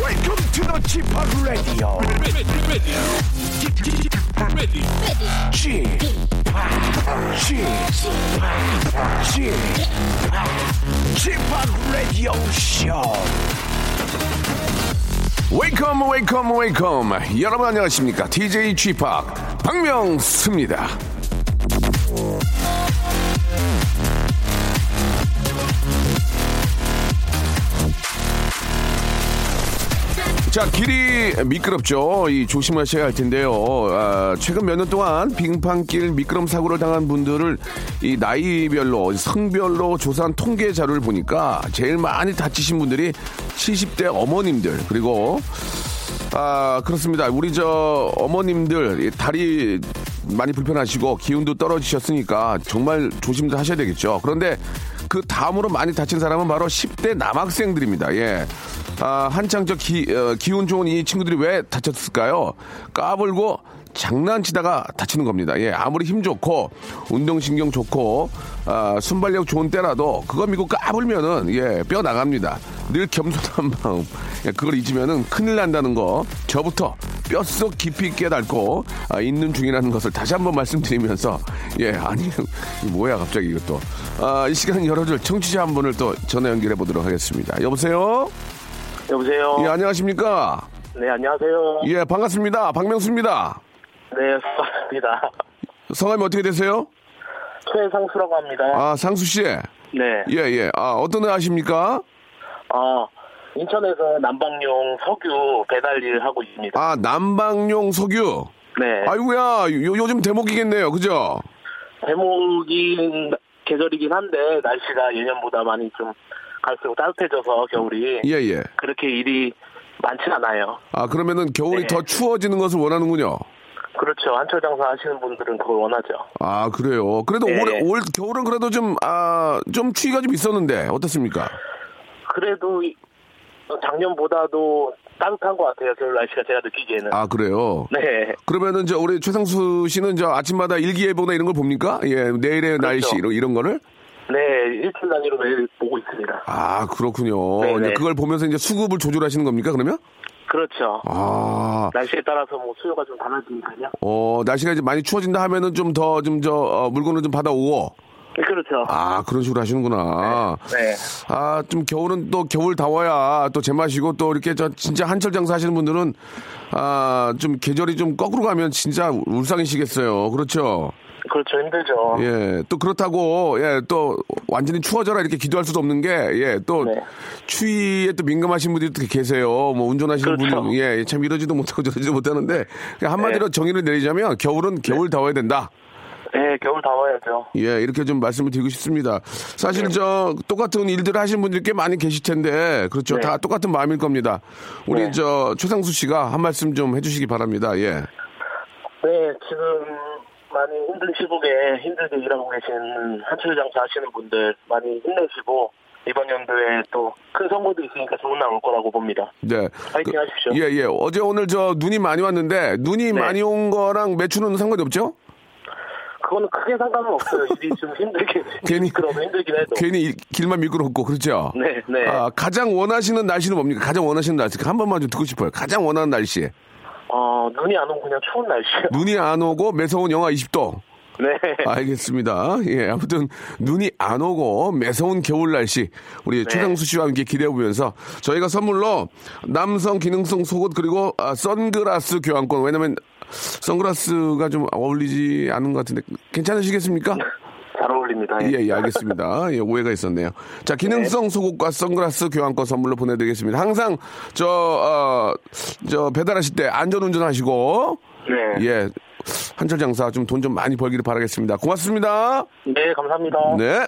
Welcome to the Chip Radio. Chip Chip Chip Radio Show. 웨이컴 웨이컴 웨이컴 여러분 안녕하십니까 DJ 쥐팍 박명수입니다 자 길이 미끄럽죠 이 조심하셔야 할 텐데요 아, 최근 몇 년 동안 빙판길 미끄럼 사고를 당한 분들을 이 나이별로 성별로 조사한 통계 자료를 보니까 제일 많이 다치신 분들이 70대 어머님들 그리고 아, 그렇습니다. 우리 저 어머님들 이 다리 많이 불편하시고 기운도 떨어지셨으니까 정말 조심들 하셔야 되겠죠. 그런데 그 다음으로 많이 다친 사람은 바로 10대 남학생들입니다. 예. 아, 한창 저 기, 어, 기운 좋은 이 친구들이 왜 다쳤을까요? 까불고 장난치다가 다치는 겁니다. 예, 아무리 힘 좋고 운동신경 좋고 아, 순발력 좋은 때라도 그거 믿고 까불면은 예, 뼈 나갑니다. 늘 겸손한 마음 예, 그걸 잊으면은 큰일 난다는 거 저부터 뼛속 깊이 깨닫고 아, 있는 중이라는 것을 다시 한번 말씀드리면서 예 아니 이거 뭐야 갑자기 이것도 아, 이 시간 열어줄 청취자 한 분을 또 전화 연결해 보도록 하겠습니다. 여보세요. 여보세요. 예 안녕하십니까. 네 안녕하세요. 예 반갑습니다. 박명수입니다. 예. 네 수고합니다. 성함이 어떻게 되세요? 최상수라고 합니다. 아 상수 씨. 네. 예, 예. 아, 어떤 애 아십니까? 아 인천에서 난방용 석유 배달 일 하고 있습니다. 아, 남방용 석유. 네. 아이고야, 요, 요즘 대목이겠네요. 그죠? 제목인 계절이긴 한데 날씨가 예년보다 많이 좀 갈수록 따뜻해져서 겨울이 예, 예. 그렇게 일이 많진 않아요. 아, 그러면은 겨울이 네. 더 추워지는 것을 원하는군요. 그렇죠. 한철 장사 하시는 분들은 그걸 원하죠. 아, 그래요. 그래도 네. 올해, 올, 겨울은 그래도 좀, 아, 좀 추위가 좀 있었는데, 어떻습니까? 그래도 이- 작년보다도 따뜻한 것 같아요. 겨울 날씨가 제가 느끼기에는. 아, 그래요. 네. 그러면은 저 우리 최상수 씨는 저 아침마다 일기예보나 이런 걸 봅니까? 예, 그렇죠. 내일의 날씨 이런, 이런 거를? 네, 일주일 단위로 매일 보고 있습니다. 아, 그렇군요. 네, 이제 네. 그걸 보면서 이제 수급을 조절하시는 겁니까, 그러면? 그렇죠. 아. 날씨에 따라서 뭐 수요가 좀 달라지니까요. 어, 날씨가 이제 많이 추워진다 하면은 좀 더, 좀 저, 어, 물건을 좀 받아오고. 네, 그렇죠. 아, 그런 식으로 하시는구나. 네. 아, 좀 겨울은 또 겨울 다워야 또 제맛이고 또 이렇게 저 진짜 한철 장사 하시는 분들은 아, 좀 계절이 좀 거꾸로 가면 진짜 울상이시겠어요. 그렇죠. 그렇죠. 힘들죠. 예. 또 그렇다고 예, 또 완전히 추워져라 이렇게 기도할 수도 없는 게 예, 또 네. 추위에 또 민감하신 분들이 또 계세요. 뭐 운전하시는 그렇죠. 분이 예, 참 이러지도 못하고 저러지도 못하는데 그냥 한마디로 정의를 내리자면 겨울은 겨울 다워야 된다. 네, 겨울 다 와야죠. 예, 이렇게 좀 말씀을 드리고 싶습니다. 네. 사실 저 똑같은 일들을 하시는 분들 꽤 많이 계실 텐데 그렇죠. 네. 다 똑같은 마음일 겁니다. 우리 네. 저 최상수 씨가 한 말씀 좀 해주시기 바랍니다. 예, 네, 지금 많이 힘든 시국에 힘들게 일하고 계신 한철 장사 하시는 분들 많이 힘내시고 이번 연도에 또 큰 선거도 있으니까 좋은 날 올 거라고 봅니다. 네. 파이팅 그- 하십시오. 네. 예, 예. 어제 오늘 저 눈이 많이 왔는데 눈이 많이 온 거랑 매출은 상관이 없죠? 그거는 크게 상관은 없어요. 일이 좀 힘들게 괜히- 그러면 힘들긴 해도. 괜히 일- 길만 미끄럽고 그렇죠. 네, 네. 아, 가장 원하시는 날씨는 뭡니까? 가장 원하시는 날씨 한 번만 좀 듣고 싶어요. 가장 원하는 날씨. 어, 눈이 안 오면 그냥 추운 날씨요. 눈이 안 오고 매서운 영하 20도. 네. 알겠습니다. 예, 아무튼 눈이 안 오고 매서운 겨울 날씨 우리 최장수 씨와 함께 기대해 보면서 저희가 선물로 남성 기능성 속옷 그리고 아, 선글라스 교환권 왜냐면 선글라스가 좀 어울리지 않은 것 같은데 괜찮으시겠습니까? 잘 어울립니다. 예. 예, 예, 알겠습니다. 예, 오해가 있었네요. 자, 기능성 속옷과 선글라스 교환권 선물로 보내드리겠습니다. 항상 저, 어, 저 배달하실 때 안전운전 하시고 네. 예. 한철 장사 좀 돈 좀 많이 벌기를 바라겠습니다. 고맙습니다. 네, 감사합니다. 네.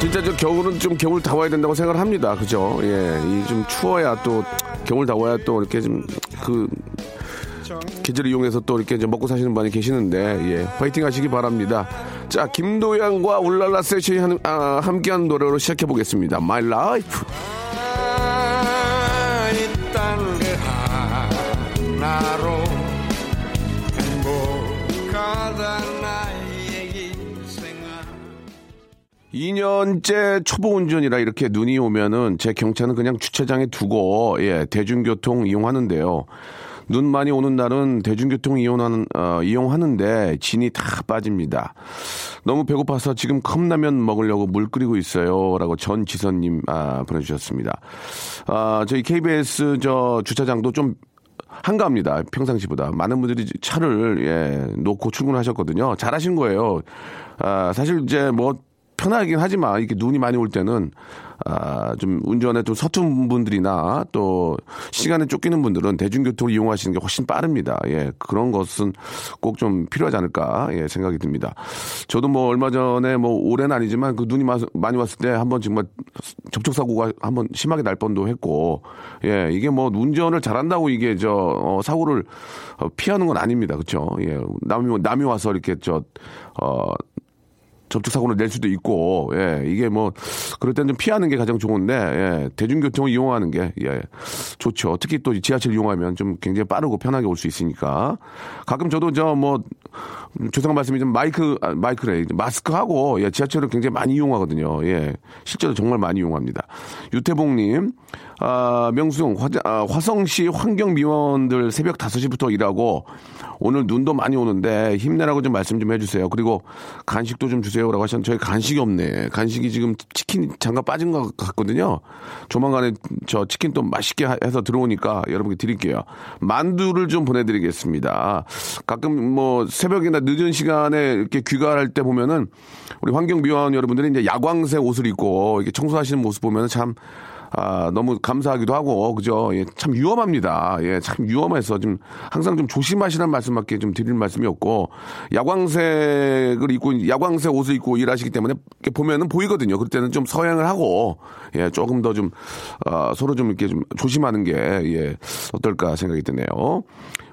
진짜 저 겨울은 좀 겨울 다 와야 된다고 생각을 합니다. 그죠? 예. 이 좀 추워야 또 겨울 다 와야 또 이렇게 좀 그 계절을 이용해서 또 이렇게 이제 먹고 사시는 분이 계시는데 예. 파이팅 하시기 바랍니다. 자, 김도양과 울랄라 세션이 하는- 아, 함께한 노래로 시작해 보겠습니다. My Life. 있다는 게 하나로 행복하다 나의 인생아 2년째 초보 운전이라 이렇게 눈이 오면은 제 경차는 그냥 주차장에 두고 예 대중교통 이용하는데요. 눈 많이 오는 날은 대중교통 이용하는 어, 이용하는데 진이 다 빠집니다. 너무 배고파서 지금 컵라면 먹으려고 물 끓이고 있어요라고 전지선님 아, 보내주셨습니다. 아 저희 KBS 저 주차장도 좀 한가합니다. 평상시보다 많은 분들이 차를 예, 놓고 출근하셨거든요. 잘하신 거예요. 아, 사실 이제 뭐 편하긴 하지만 이렇게 눈이 많이 올 때는 아, 좀 운전에 좀 서툰 분들이나 또 시간에 쫓기는 분들은 대중교통을 이용하시는 게 훨씬 빠릅니다. 예, 그런 것은 꼭 좀 필요하지 않을까 예, 생각이 듭니다. 저도 뭐 얼마 전에 뭐 올해는 아니지만 그 눈이 마- 많이 왔을 때 한번 정말 접촉 사고가 한번 심하게 날 뻔도 했고 예, 이게 뭐 운전을 잘한다고 이게 저 어, 사고를 어, 피하는 건 아닙니다. 그렇죠? 예. 남이 남이 와서 이렇게 저 어, 접촉 사고를 낼 수도 있고 예 이게 뭐 그럴 땐 좀 피하는 게 가장 좋은데 예 대중교통을 이용하는 게 예 좋죠 특히 또 지하철 이용하면 좀 굉장히 빠르고 편하게 올 수 있으니까 가끔 저도 저 뭐 죄송한 말씀이 좀 마이크 아, 마이크래 마스크하고 예 지하철을 굉장히 많이 이용하거든요 예 실제로 정말 많이 이용합니다 유태봉님 아 명수형 화, 아, 화성시 환경미원들 새벽 5시부터 일하고 오늘 눈도 많이 오는데 힘내라고 좀 말씀 좀 해주세요. 그리고 간식도 좀 주세요라고 하셨는데 저희 간식이 없네. 간식이 지금 치킨 잠깐 빠진 것 같거든요. 조만간에 저 치킨 또 맛있게 하- 해서 들어오니까 여러분께 드릴게요. 만두를 좀 보내드리겠습니다. 가끔 뭐 새벽이나 늦은 시간에 이렇게 귀가할 때 보면은 우리 환경미화원 여러분들이 이제 야광색 옷을 입고 이렇게 청소하시는 모습 보면은 참 아, 너무 감사하기도 하고, 그죠? 예, 참 위험합니다. 예, 참 위험해서 좀 항상 좀 조심하시라는 말씀밖에 좀 드릴 말씀이 없고, 야광색을 입고, 야광색 옷을 입고 일하시기 때문에 이렇게 보면은 보이거든요. 그때는 좀 서양을 하고, 예, 조금 더 좀, 아, 서로 좀 이렇게 좀 조심하는 게, 예, 어떨까 생각이 드네요.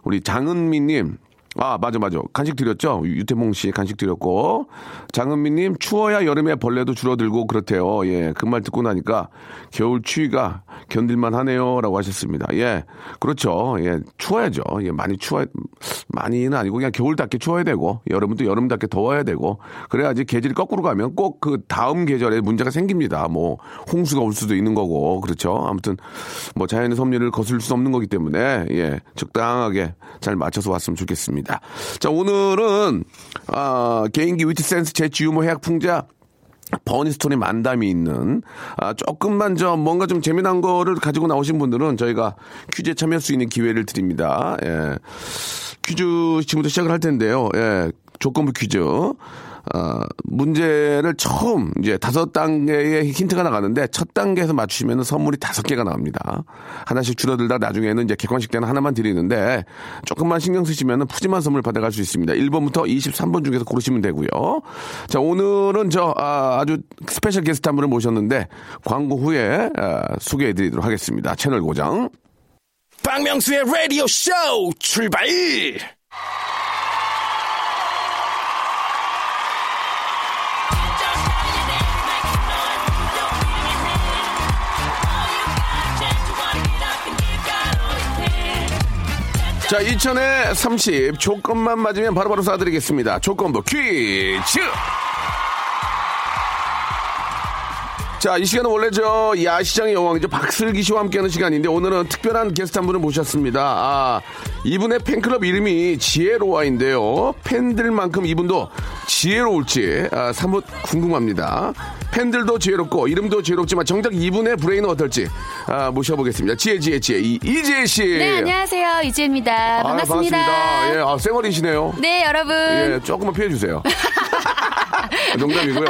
우리 장은미님, 아, 맞아, 맞아. 간식 드렸죠? 유- 유태몽 씨 간식 드렸고. 장은미님, 추워야 여름에 벌레도 줄어들고 그렇대요. 예, 그 말 듣고 나니까 겨울 추위가 견딜만 하네요. 라고 하셨습니다. 예, 그렇죠. 예, 추워야죠. 예, 많이 추워, 많이는 아니고 그냥 겨울답게 추워야 되고, 여름도 여름답게 더워야 되고, 그래야지 계절이 거꾸로 가면 꼭 그 다음 계절에 문제가 생깁니다. 뭐, 홍수가 올 수도 있는 거고, 그렇죠. 아무튼, 뭐, 자연의 섭리를 거슬 수 없는 거기 때문에, 예, 적당하게 잘 맞춰서 왔으면 좋겠습니다. 자, 오늘은, 아, 개인기 위트센스 재치 유머 해학 풍자, 버니스톤의 만담이 있는 아, 조금만 저 뭔가 좀 재미난 거를 가지고 나오신 분들은 저희가 퀴즈에 참여할 수 있는 기회를 드립니다. 예. 퀴즈 지금부터 시작을 할 텐데요. 예, 조건부 퀴즈. 아, 문제를 처음 이제 다섯 단계의 힌트가 나가는데 첫 단계에서 맞추시면 선물이 다섯 개가 나옵니다. 하나씩 줄어들다 나중에는 이제 객관식 때는 하나만 드리는데 조금만 신경 쓰시면 푸짐한 선물 받아갈 수 있습니다. 1번부터 23번 중에서 고르시면 되고요. 자 오늘은 저 아, 주 스페셜 게스트 한 분을 모셨는데 광고 후에 아, 소개해드리도록 하겠습니다. 채널 고정. 박명수의 라디오 쇼 출발! 자, 2000에 30 조건만 맞으면 바로바로 쏴드리겠습니다. 조건부 퀴즈! 자, 이 시간은 원래 저 야시장의 여왕이죠. 박슬기 씨와 함께하는 시간인데 오늘은 특별한 게스트 한 분을 모셨습니다. 아, 이분의 팬클럽 이름이 지혜로와인데요. 팬들만큼 이분도 지혜로울지 아, 사뭇 궁금합니다. 팬들도 지혜롭고 이름도 지혜롭지만 정작 이분의 브레인은 어떨지 아, 모셔보겠습니다. 지혜, 지혜, 지혜. 이, 이지혜 씨. 네, 안녕하세요. 이지혜입니다. 반갑습니다. 아, 반갑습니다. 예, 아, 쌩얼이시네요. 네, 여러분. 예, 조금만 피해주세요. 농담이고요.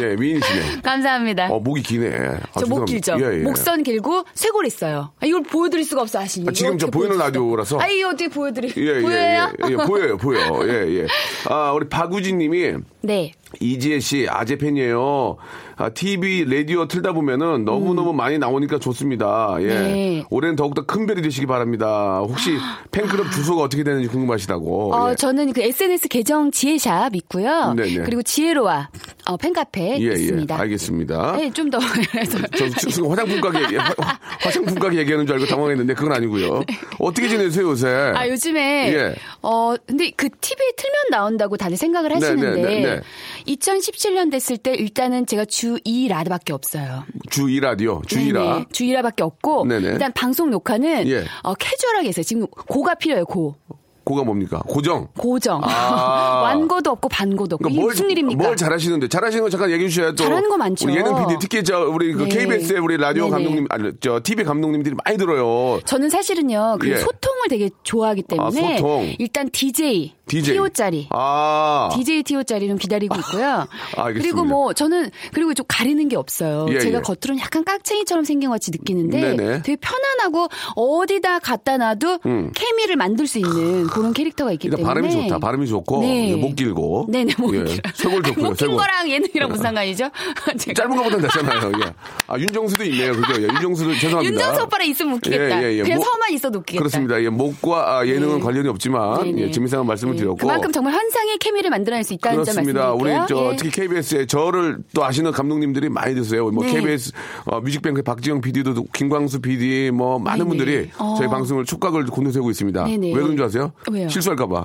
예, 미인이시네. 감사합니다. 어, 목이 기네. 아, 저 목 죄송합니다. 길죠? 예, 예. 목선 길고 쇄골 있어요. 아, 이걸 보여드릴 수가 없어 아시니? 아, 지금 저 보이는 라디오라서. 아 이거 어떻게 보여드리? 예, 예, 보여요? 예, 예, 보여요, 보여. 예, 예. 아, 우리 박우진 님이 네. 이지혜 씨 아재 팬이에요. 아, TV 라디오 틀다 보면은 너무너무 많이 나오니까 좋습니다. 예. 음. 네. 아. 올해는 더욱더 큰 별이 되시기 바랍니다. 혹시 팬클럽 주소가 어떻게 되는지 궁금하시다고. 어, 예. 저는 그 SNS 계정 지혜샵 있고요. 네네. 그리고 지혜로와 어, 팬카페 예, 있습니다. 예. 알겠습니다. 네, 좀더 그래서 저 지금 화장품 가게 얘- 화- 화- 화장품 가게 얘기하는 줄 알고 당황했는데 그건 아니고요. 어떻게 지내세요 요새? 아 요즘에 예. 어 근데 그 TV 틀면 나온다고 다들 생각을 네, 하시는데 네, 네, 네. 2017년 됐을 때 일단은 제가 주 2라드밖에 없어요. 주 2라디오 주 네네. 2라. 주 1화밖에 없고 네네. 일단 방송 녹화는 예. 어, 캐주얼하게 했어요. 지금 고가 필요해요. 고 고가 뭡니까? 고정. 고정 아. 완고도 없고 반고도 없고 그러니까 이게 무슨 일입니까? 뭘 잘하시는데 잘하시는 거 잠깐 얘기해 주셔야 또 잘하는 거 많죠. 우리 예능 PD 특히 저 우리 그 네. KBS의 우리 라디오 네네. 감독님 아니 저 TV 감독님들이 많이 들어요. 저는 사실은요 그 예. 소통을 되게 좋아하기 때문에 아, 소통. 일단 DJ, DJ TO짜리 아 DJ TO짜리 좀 기다리고 있고요. 알겠습니다. 그리고 뭐 저는 그리고 좀 가리는 게 없어요. 예, 제가 예. 겉으로는 약간 깍쟁이처럼 생긴 것 같이 느끼는데 네네. 되게 편안하고 어디다 갖다 놔도 케미를 만들 수 있는 그런 캐릭터가 있기 음. 일단 그러니까 때문에 발음이 좋다. 발음이 좋고 네. 예, 목 길고. 네네 목 예, 길어요. 쇄골 아니, 좋고요. 목긴 쇄골. 아. 거랑 예능이랑 무슨 상관이죠? 제가 짧은 것보단 낫잖아요. 예. 아 윤정수도 있네요. 그죠? 예, 윤정수도 죄송합니다. 윤정수 오빠랑 있으면 웃기겠다. 예, 예, 예. 그냥 목- 서만 있어도 웃기겠다. 그렇습니다. 예, 목과 아, 예능은 관련이 없지만 네네. 예, 재미상한 말씀을 네. 드렸고 그만큼 정말 환상의 케미를 만들어낼 수 있다는 그렇습니다. 점 우리 말씀드릴게요. 저 예. 특히 KBS에 저를 또 아시는 감독님들이 많이 드세요. 뭐 네. KBS 어, 뮤직뱅크 박지영 PD도 김광수 PD 뭐 많은 네네. 분들이 어. 저희 방송을 촉각을 곤두세우고 있습니다. 네네. 왜 그런 줄 아세요? 왜요? 실수할까 봐.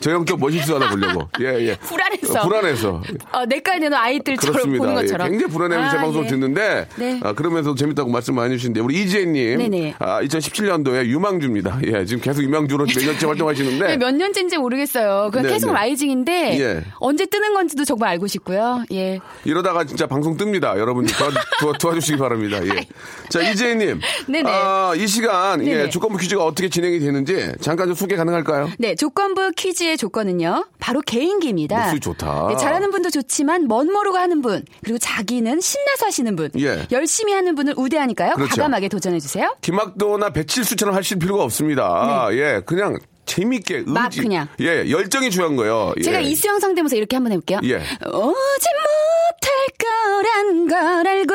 저 형도 뭐 실수하나 보려고. 예, 예. 불안해서. 어, 불안해서. 어, 내과에 내는 아이들처럼 보는 그렇습니다. 예, 것처럼. 굉장히 불안해요. 제 아, 방송 예. 듣는데 네. 아, 그러면서 재밌다고 말씀 많이 해주시는데 우리 이지혜님 네네. 아, 2017년도에 유망주입니다. 예, 지금 계속 유망주로 몇 년째 활동하시는데 네, 몇 년째인지 모르겠어요. 그냥 네, 계속 네. 라이징인데 예. 언제 뜨는 건지도 정말 알고 싶고요. 예. 이러다가 진짜 방송 뜹니다. 여러분들 도와, 도와, 도와주시기 바랍니다. 예. 자, 이재희님. 네네. 아, 이 시간, 예, 네네. 조건부 퀴즈가 어떻게 진행이 되는지 잠깐 좀 소개 가능할까요? 네, 조건부 퀴즈의 조건은요. 바로 개인기입니다. 목소리 좋다. 네, 잘하는 분도 좋지만 멋모르고 하는 분, 그리고 자기는 신나서 하시는 분, 예. 열심히 하는 분을 우대하니까요. 그렇죠. 과감하게 도전해 주세요. 김학도나 배칠수처럼 하실 필요가 없습니다. 예, 그냥 재밌게 네. 막 의지. 그냥. 예, 열정이 중요한 거예요. 예. 제가 이수영 상대모사 이렇게 한번 해볼게요. 예. 오지 못할 거란 걸 알고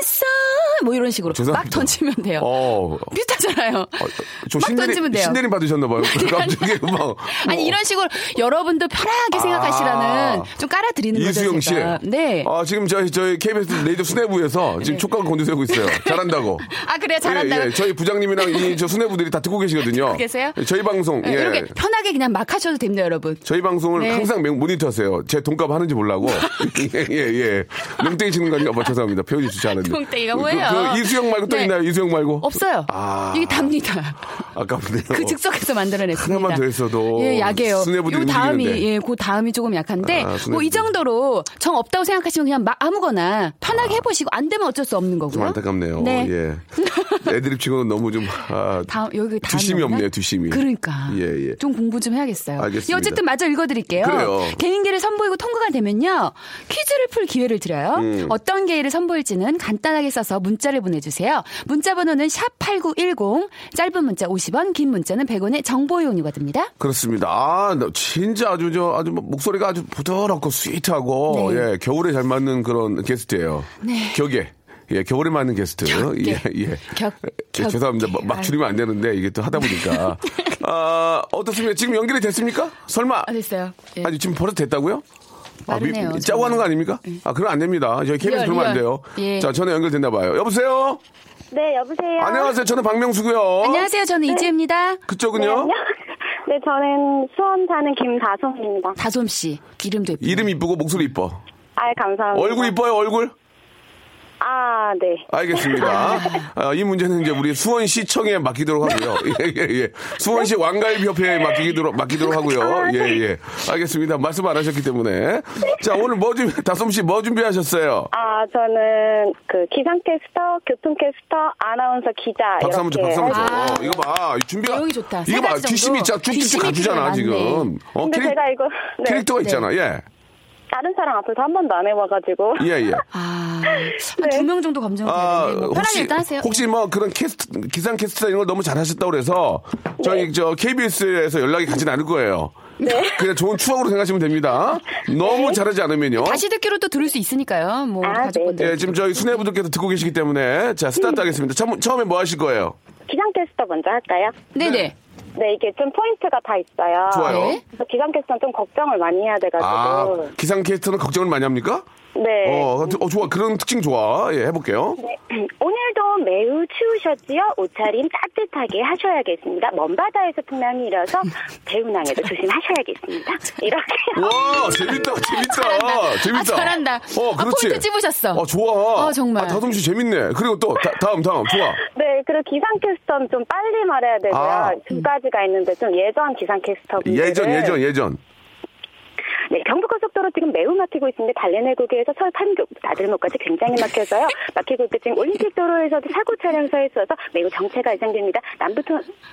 있어. 뭐 이런 식으로 죄송합니다. 막 던지면 돼요. 어. 비슷하잖아요. 저 막 어, 신내림, 던지면 돼요. 신내림 받으셨나봐요. 갑자기 막. 뭐. 아니 이런 식으로 여러분도 편하게 생각하시라는 아. 좀 깔아드리는 이수영 거죠. 씨. 제가. 네. 아, 지금 저희, 저희 KBS 레이디오 수뇌부에서 지금 촉각을 곤두세우고 있어요. 잘한다고. 아, 그래요? 잘한다고? 예, 예. 저희 부장님이랑 이, 저 수뇌부들이 다 듣고 계시거든요. 듣고 계세요? 저희 방송, 네, 예. 이렇게 편하게 그냥 막 하셔도 됩니다, 여러분. 저희 방송을 네. 항상 맹- 모니터하세요. 제 돈값 하는지 몰라고. 예, 예, 예. 명땡이 치는 거 아니에요? 어머, 죄송합니다. 표현이 좋지 않은데. 똥땡이가 그- 뭐예요? 그, 이수영 말고 또 네. 있나요? 이수영 말고? 없어요. 아. 이게 답니다. 아깝네요. 그 즉석에서 만들어냈습니다. 어. 하나만 더 했어도 예, 약해요. 수뇌부들이 요 다음이 움직이는데. 예, 그 다음이 조금 약한데 아, 뭐 수뇌부들이. 이 정도로 정 없다고 생각하시면 그냥 막 아무거나 편하게 해보시고 안 되면 어쩔 수 없는 거고요. 좀 안타깝네요. 네. 예. 애드립 치고는 너무 좀, 아, 다음 여기 다음 뒷심이 없네요, 뒷심이. 그러니까. 예, 예. 좀 공부 좀 해야겠어요. 알겠습니다. 예, 어쨌든 마저 읽어드릴게요. 그래요. 개인기를 선보이고 통과가 되면요 퀴즈를 풀 기회를 드려요. 음. 어떤 개의를 선보일지는 간단하게 써서 문자를 보내주세요. 문자번호는 샵 #8910 짧은 문자 50원, 긴 문자는 100원의 정보 이용료가 듭니다. 그렇습니다. 아, 나 진짜 아주 저 아주 뭐 목소리가 아주 부드럽고 스윗하고 네. 예, 겨울에 잘 맞는 그런 게스트예요. 네. 격에. 예, 겨울에 맞는 게스트. 격에. 예, 예. 격- 예, 격에. 네. 죄송합니다. 막, 막 줄이면 안 되는데 이게 또 하다 보니까. 아, 어떻습니까? 지금 연결이 됐습니까? 설마. 아, 됐어요. 예. 아니, 지금 벌써 됐다고요? 아, 빠르네요, 짜고 정말. 하는 거 아닙니까? 아, 그럼 안 됩니다. 저희 KBS 리얼, 그러면 안 돼요. 리얼. 예. 자, 전화 연결됐나 봐요. 여보세요? 네, 여보세요. 안녕하세요. 저는 박명수고요. 안녕하세요. 저는 이지혜입니다. 네, 그쪽은요? 안녕. 네, 저는 수원 사는 김다솜입니다. 다솜 씨 이름도 예쁘 이름 이쁘고 목소리 이뻐. 아, 감사합니다. 얼굴 이뻐요, 얼굴? 아, 네. 알겠습니다. 아, 이 문제는 이제 우리 수원시청에 맡기도록 하고요. 예, 예, 예. 수원시 왕갈비협회에 맡기도록, 맡기도록 하고요. 예, 예. 알겠습니다. 말씀 안 하셨기 때문에. 자, 오늘 뭐 준비, 다솜씨 뭐 준비하셨어요? 아, 저는 그 기상캐스터, 교통캐스터, 아나운서, 기자 박수 한번 줘, 이렇게 박수 아. 한번 줘. 할- 어, 이거 봐. 이 준비가. 내용이 좋다. 이거 세 봐. 가지 정도. 뒷심이 자 쭉쭉 뒷심이 가주잖아, 필요해, 맞네. 지금. 어, 근데 캐릭- 제가 이거 네. 캐릭터가 있잖아, 예. 다른 사람 앞에서 한 번도 안 해봐가지고. 예, 예. 아, 네. 한 두 명 정도 검증 아, 되는데 뭐 편하게 혹시, 일단 하세요. 혹시 뭐 그런 캐스트, 기상 캐스터 이런 걸 너무 잘하셨다고 그래서 네. 저희 저 KBS에서 연락이 가진 않을 거예요. 그냥 좋은 추억으로 생각하시면 됩니다. 너무 잘하지 않으면요. 네. 다시 듣기로 또 들을 수 있으니까요. 뭐 우리 아, 가족분들. 예, 지금 저희 수뇌부들께서 듣고 계시기 때문에 자, 스타트 하겠습니다. 처음, 처음에 뭐 하실 거예요? 기상캐스터 먼저 할까요? 네, 네. 네, 이게 좀 포인트가 다 있어요. 좋아요. 네. 그래서 기상캐스터는 좀 걱정을 많이 해야 돼가지고. 아, 기상 캐스터는 걱정을 많이 합니까? 네. 어, 어, 좋아. 그런 특징 좋아. 예, 해볼게요. 네. 오늘도 매우 추우셨지요? 옷차림 따뜻하게 하셔야겠습니다. 먼바다에서 풍랑이 일어서 대운항에도 조심하셔야겠습니다. 이렇게. 와, 재밌다, 재밌다. 아, 잘한다. 재밌다. 아, 잘한다. 어, 아, 그렇지. 포인트 찝으셨어. 어, 좋아. 어, 정말. 아, 다솜씨 재밌네. 그리고 또, 다, 음 다음. 좋아. 네, 그리고 기상캐스터는 좀 빨리 말해야 되고요. 아. 두 가지가 있는데 좀 예전 기상캐스터 분들을 예전, 예전, 예전. 네, 경부고속도로 지금 매우 막히고 있는데 달래내고개에서 서울 판교 나들목까지 굉장히 막혀서요. 막히고 있고 지금 올림픽도로에서도 사고 차량 서 있어서 매우 정체가 예상됩니다. 남부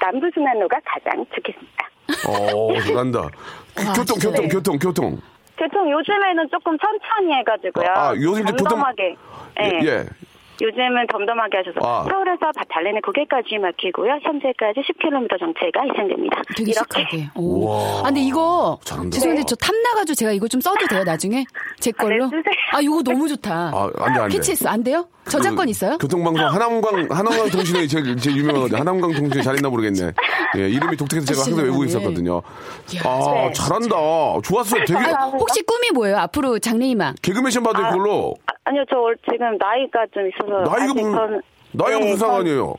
남부 순환로가 가장 좋겠습니다. 어, 잘한다. 아, 교통, 네. 교통, 교통, 교통. 교통 요즘에는 조금 천천히 해가지고요. 아, 요즘 이제 보통- 덤덤하게. 예. 예. 예. 요즘은 덤덤하게 하셔서 아. 서울에서 달래내 고개까지 막히고요. 현재까지 10km 정체가 예상됩니다. 되게 이렇게 시크하게. 오. 아, 근데 이거 잘한다. 죄송한데 저 탐나가지고 제가 이거 좀 써도 돼요 나중에 제 걸로. 네, 쓰세요. 아, 이거 너무 좋다. 아, 안 돼, 안 돼. 캐치했어, 안 돼요? 저작권 있어요? 그 교통방송 한남광, 한남광 통신이 제일, 제일 유명한 건데, 한남광 통신이 잘했나 모르겠네. 예, 이름이 독특해서 제가 항상 외우고 있었거든요. 예. 아, 네. 잘한다. 좋았어. 되게, 아, 혹시 꿈이 뭐예요? 앞으로 장래희망. 개그맨 시험 받을 걸로. 아, 아니요, 저 올- 지금 나이가 좀 있어서. 나이가 아직 무슨, 전- 나이가 네, 무슨 전- 상관이에요?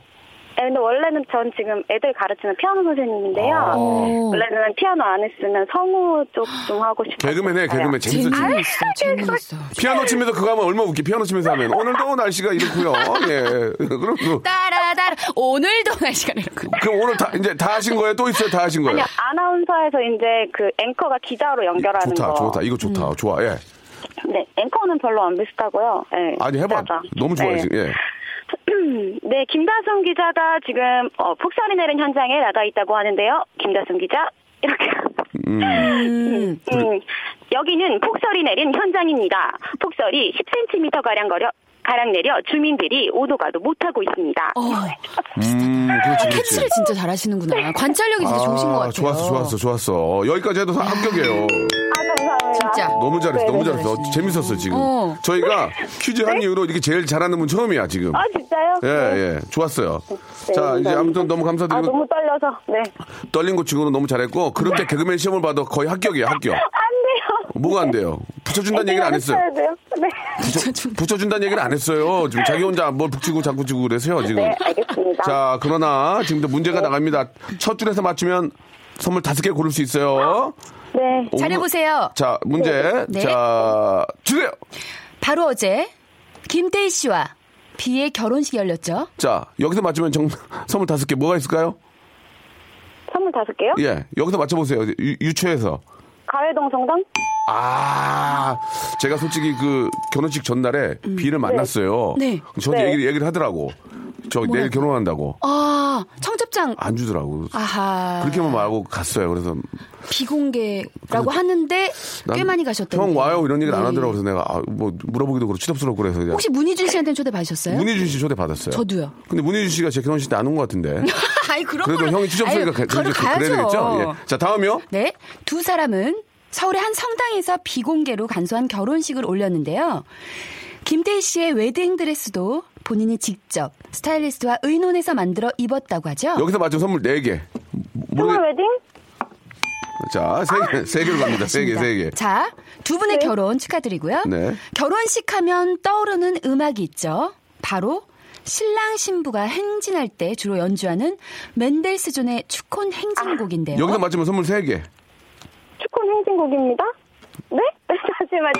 네, 근데 원래는 전 지금 애들 가르치는 피아노 선생님인데요. 원래는 피아노 안 했으면 성우 쪽 아. 좀 하고 싶어요. 개그맨 해, 아, 개그맨. 재밌어, 재밌어. 재능이 있어, 재능이 있어. 피아노 치면서 그거 하면 얼마 나 웃기 피아노 치면서 하면 오늘도 날씨가 이렇고요 예 그럼 그, 따라따라 오늘도 날 시간이라고. 그럼 오늘 다 이제 다 하신 거예요 또 있어요 다 하신 거예요 아니요, 아나운서에서 이제 그 앵커가 기자로 연결하는 좋다 거. 음. 좋다 이거 좋다 좋아 예 네, 앵커는 별로 안 비슷하고요. 네, 아니 해봐 기자가. 너무 좋아요 네. 지금 예 네, 김다솜 기자가 지금 어, 폭설이 내린 현장에 나가 있다고 하는데요. 김다솜 기자 이렇게. 음, 음, 여기는 폭설이 내린 현장입니다. 폭설이 10cm 가량 거려 가량 내려 주민들이 오도가도 못하고 있습니다. 어, 음, 그렇지 그렇지 캐치를 진짜 잘하시는구나. 관찰력이 아, 진짜 좋으신 것 같아요. 좋았어 좋았어 좋았어 여기까지 해도 다 합격이에요 아, 감사합니다. 진짜. 너무 잘했어 너무 네, 잘했어 잘하시네. 재밌었어 지금 어. 저희가 퀴즈 한 이후로 이렇게 제일 잘하는 분 처음이야 지금 네? 아, 진짜요? 예, 네. 예, 좋았어요. 네, 자, 이제 감사합니다. 아무튼 너무 아, 감사드리고, 너무 네. 떨려서. 네. 떨린 것 치고는 너무 잘했고, 그럴 때 개그맨 시험을 봐도 거의 합격이야, 합격. 안 돼요. 뭐가 안 돼요? 붙여준다는 얘기를 안 했어요. 해야 돼요. 네. 붙여, 준다는 얘기를 안 했어요. 지금 자기 혼자 뭘 북치고 자꾸 치고 그래서요, 지금. 네, 알겠습니다. 자, 그러나 지금도 어. 문제가 나갑니다. 첫 줄에서 맞추면 선물 다섯 개 고를 수 있어요. 네. 오늘- 잘해보세요. 자, 문제. 네. 자, 주세요. 바로 어제 김태희 씨와 비의 결혼식이 열렸죠. 자, 여기서 맞추면 정, 선물 다섯 개 뭐가 있을까요? 선물 다섯 어? 개요? 예, 여기서 맞춰보세요. 유, 유추해서. 가회동 성당? 아, 제가 솔직히 그 결혼식 전날에 비를 만났어요. 음. 네. 저한테 네. 얘기를, 얘기를 하더라고. 저 내일 결혼한다고. 아, 청첩장. 안 주더라고. 아하. 그렇게만 뭐 말하고 갔어요. 그래서 비공개라고 하는데 꽤 난 많이 가셨던. 형 와요 이런 얘기를 안 네. 하더라고 그래서 내가 아, 뭐 물어보기도 그렇고 취업스럽고 그래서 그냥 혹시 문희준 씨한테는 초대 받으셨어요? 문희준 씨 초대 받았어요. 저도요. 근데 문희준 씨가 제 결혼식 때 안 온 것 같은데. 아이 그런 그래도 걸로- 형이 취업스니까 아유, 걸어 그래야 되겠죠. 예. 자 다음이요. 네, 두 사람은 서울의 한 성당에서 비공개로 간소한 결혼식을 올렸는데요. 김태희 씨의 웨딩 드레스도 본인이 직접 스타일리스트와 의논해서 만들어 입었다고 하죠. 여기서 맞춘 선물 4개. 모르... 스몰 웨딩? 자, 아, 3개, 세개로 갑니다. 3개, 3개. 자, 두 분의 결혼 축하드리고요. 네. 결혼식 하면 떠오르는 음악이 있죠. 바로 신랑 신부가 행진할 때 주로 연주하는 맨델스존의 축혼 행진곡인데요. 여기서 맞추면 선물 3개. 축혼 행진곡입니다. 네? 잠시만.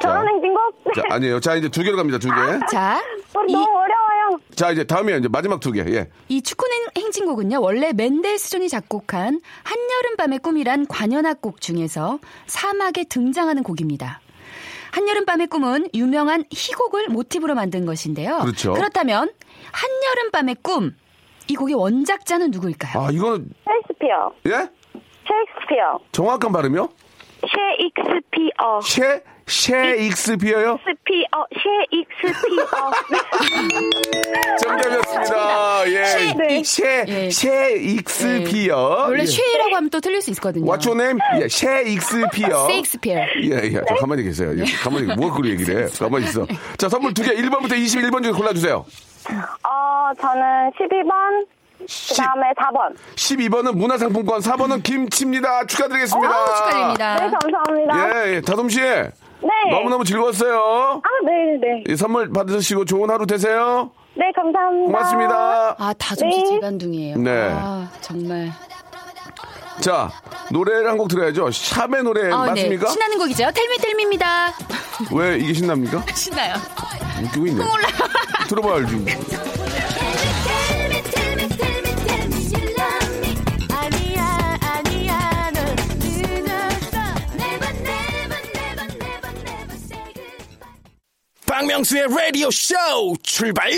결혼 자. 행진곡? 네. 자, 아니에요. 자, 이제 두 개로 갑니다. 두 개. 자, 어, 이, 너무 어려워요. 자, 이제 다음이에요. 이제 마지막 두 개. 예. 이 축혼 행- 행진곡은요 원래 맨델스존이 작곡한 한여름밤의 꿈이란 관현악 곡 중에서 사막에 등장하는 곡입니다. 한여름밤의 꿈은 유명한 희곡을 모티브로 만든 것인데요. 그렇죠. 다면 한여름밤의 꿈 이 곡의 원작자는 누구일까요? 아, 이거는, 셰익스피어. 예? 셰익스피어. 정확한 발음이요? 셰익스피어. 셰? 셰익스피어요? 스피어, 셰익스피어. 정답이었습니다. 예. 네. 셰, 예. 셰익스피어. 원래 예. 쉐라고 하면 또 틀릴 수 있거든요. What's your name? 예, 셰익스피어. 세익스피어. 예, 예. 저 가만히 계세요. 예, 가만히, 뭐가 그런 얘기를 해. 가만히 있어. 자, 선물 두 개, 1번부터 21번 중에 골라주세요. 어, 저는 11번, 그 다음에 4번. 12번은 문화상품권, 4번은 김치입니다. 축하드리겠습니다. 아, 축하드립니다. 네, 감사합니다. 예, 예. 다솜 씨. 네. 너무너무 즐거웠어요. 아, 네, 네. 이 선물 받으시고 좋은 하루 되세요. 네, 감사합니다. 고맙습니다. 아, 다솜씨 네. 재간둥이에요. 네. 아, 정말. 자, 노래를 한 곡 들어야죠. 샵의 노래 아, 맞습니까? 네. 신나는 곡이죠. 텔미 텔미입니다. 왜 이게 신납니까? 신나요. 웃기고 있네. 들어봐요, 알지. 박명수의 라디오 쇼 출발!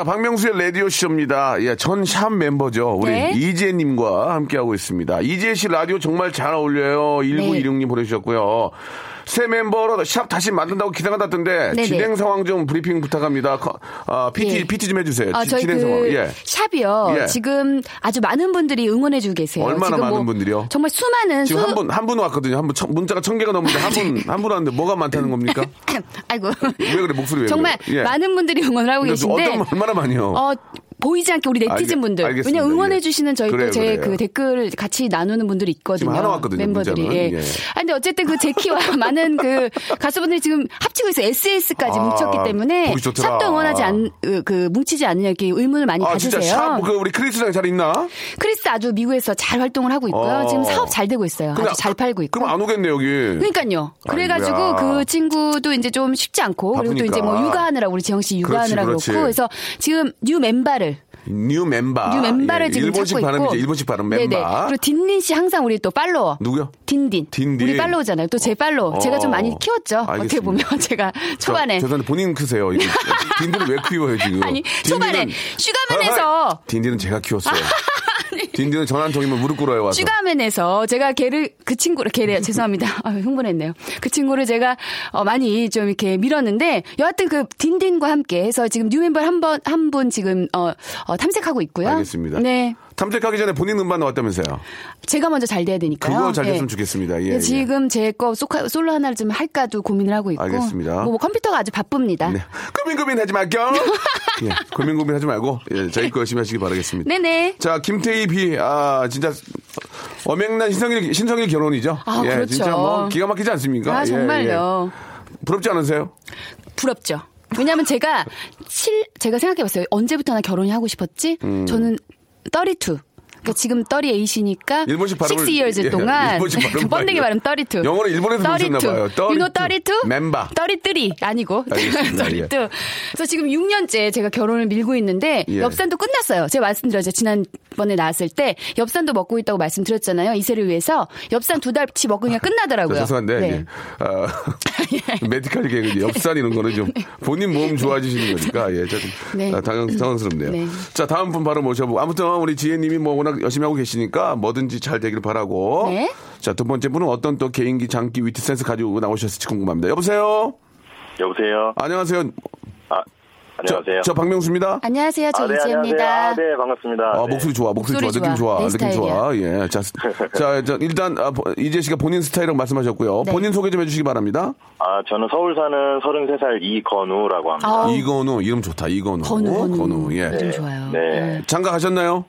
자, 박명수의 라디오쇼입니다. 예, 전 샵 멤버죠. 우리 네. 이재님과 함께하고 있습니다. 이재 씨 라디오 정말 잘 어울려요. 네. 1916님 보내주셨고요. 새 멤버로 샵 다시 만든다고 기대가났던데 네네. 진행 상황 좀 브리핑 부탁합니다. 커- 아, PT, 예. PT 좀 해주세요. 아, 지- 저희 진행 그 상황. 예. 샵이요. 예. 지금 아주 많은 분들이 응원해주고 계세요. 얼마나 지금 뭐 많은 분들이요? 정말 수많은 지금 수- 한 분, 한 분 왔거든요. 한 분, 천- 문자가 천 개가 넘는데 한 분, 한 분 왔는데 뭐가 많다는 겁니까? 음, 아이고. 왜 그래, 목소리 왜 그래? 정말 예. 많은 분들이 응원을 하고 근데 계신데. 어떤 분 얼마나 많이요? 어, 보이지 않게 우리 네티즌 알겠- 분들. 알겠습니다. 왜냐 예. 응원해주시는 저희 그래요, 또 제 그래요. 그 댓글 같이 나누는 분들이 있거든요. 지금 하나 왔거든요, 멤버들이. 문자는. 예. 아, 근데 어쨌든 그 제키와 많은 그 가수분들이 지금 합치고 있어요. SS까지 아, 뭉쳤기 때문에. 보기 좋더라. 샵도 응원하지 않, 그, 그 뭉치지 않느냐 이렇게 의문을 많이 아, 진짜 가지세요. 샵, 그, 우리 크리스랑 잘 있나? 크리스 아주 미국에서 잘 활동을 하고 있고요. 어. 지금 사업 잘 되고 있어요. 근데 아주 잘 팔고 있고. 그럼 안 오겠네, 여기. 그러니까요. 그래가지고 아이고야. 그 친구도 이제 좀 쉽지 않고 그리고 또 바쁘니까. 이제 뭐 육아하느라고 우리 재영 씨 육아하느라 그렇지, 그렇지. 그렇고 그래서 지금 뉴 멤버를 뉴 멤버. 뉴 멤버를 예, 지금 일본식 찾고 발음이죠. 있고 일본식 발음 네네. 멤버. 그리고 딘딘 씨 항상 우리 또 팔로워. 누구요? 딘딘. 딘딘. 우리 팔로우잖아요. 또 제 팔로우. 어. 제가 좀 많이 키웠죠. 어떻게 알겠습니다. 보면 제가 저- 초반에 죄송한데 본인 크세요. 이거. 딘딘을 왜 키워요 지금? 아니, 초반에 슈가맨에서. 아, 딘딘은 제가 키웠어요. 딘딘은 전화 한 통이면 무릎 꿇어요 와서. 쭈가맨에서 제가 걔를 그 친구를 걔를 죄송합니다. 아유, 흥분했네요. 그 친구를 제가 어, 많이 좀 이렇게 밀었는데 여하튼 그 딘딘과 함께 해서 지금 뉴 멤버 한 번 한 분 지금 어, 어, 탐색하고 있고요. 알겠습니다. 네. 탐색하기 전에 본인 음반 나왔다면서요? 제가 먼저 잘 돼야 되니까요. 그거 잘 예. 됐으면 좋겠습니다. 예, 예, 예. 지금 제 거 솔로 하나를 좀 할까도 고민을 하고 있고. 알겠습니다. 뭐, 뭐 컴퓨터가 아주 바쁩니다. 네. 고민 고민 하지 말경 네. 예, 고민 고민 하지 말고 예, 저희 거 열심히 하시기 바라겠습니다. 네네. 자, 김태희 비, 아, 진짜, 어맹난 신성일, 신성일 결혼이죠? 아, 예, 그렇죠. 진짜 뭐, 기가 막히지 않습니까? 아, 예, 정말요. 예. 부럽지 않으세요? 부럽죠. 왜냐하면 제가 실 제가 생각해봤어요. 언제부터나 결혼이 하고 싶었지? 음. 저는 32. 그러니까 지금 38이니까 일본식 발음을- 6 years 예, 동안 일본식 발음 번데기 말이에요. 발음 32. 영어는 일본에서 배우셨나 봐요. 32. You know 32? 멤버. 33 아니고 알겠습니다. 예. 32. 그래서 지금 6년째 제가 결혼을 밀고 있는데 예. 엽산도 끝났어요. 제가 말씀드렸죠. 지난번에 나왔을 때 엽산도 먹고 있다고 말씀드렸잖아요. 이세를 위해서 엽산 두 달치 먹으니까 자, 끝나더라고요. 죄송한데, 네. 예. 아, 메디컬 개그, 엽산 이런 거는 좀 본인 몸 좋아지시는 거니까, 예, 조금 네. 아, 당황, 당황스럽네요. 네. 자, 다음 분 바로 모셔보고, 아무튼 우리 지혜님이 뭐 워낙 열심히 하고 계시니까 뭐든지 잘 되길 바라고. 네. 자, 두 번째 분은 어떤 또 개인기, 장기, 위트 센스 가지고 나오셨을지 궁금합니다. 여보세요? 여보세요. 안녕하세요. 아, 안녕하세요. 저, 저 박명수입니다. 안녕하세요. 저 아, 네, 이지혜입니다. 안녕하세요. 아, 네, 반갑습니다. 아, 네. 목소리 좋아, 목소리, 목소리 좋아, 느낌 좋아, 좋아. 내 느낌 좋아. 예, 자, 자, 자, 일단 아, 보- 이재 씨가 본인 스타일이라고 말씀하셨고요. 네. 본인 소개 좀 해주시기 바랍니다. 아, 저는 서울 사는 33살 이건우라고 합니다. 아우, 이건우 이름 좋다, 이건우. 어. 건우, 건우. 예. 좀 좋아요. 네. 장가 가셨나요?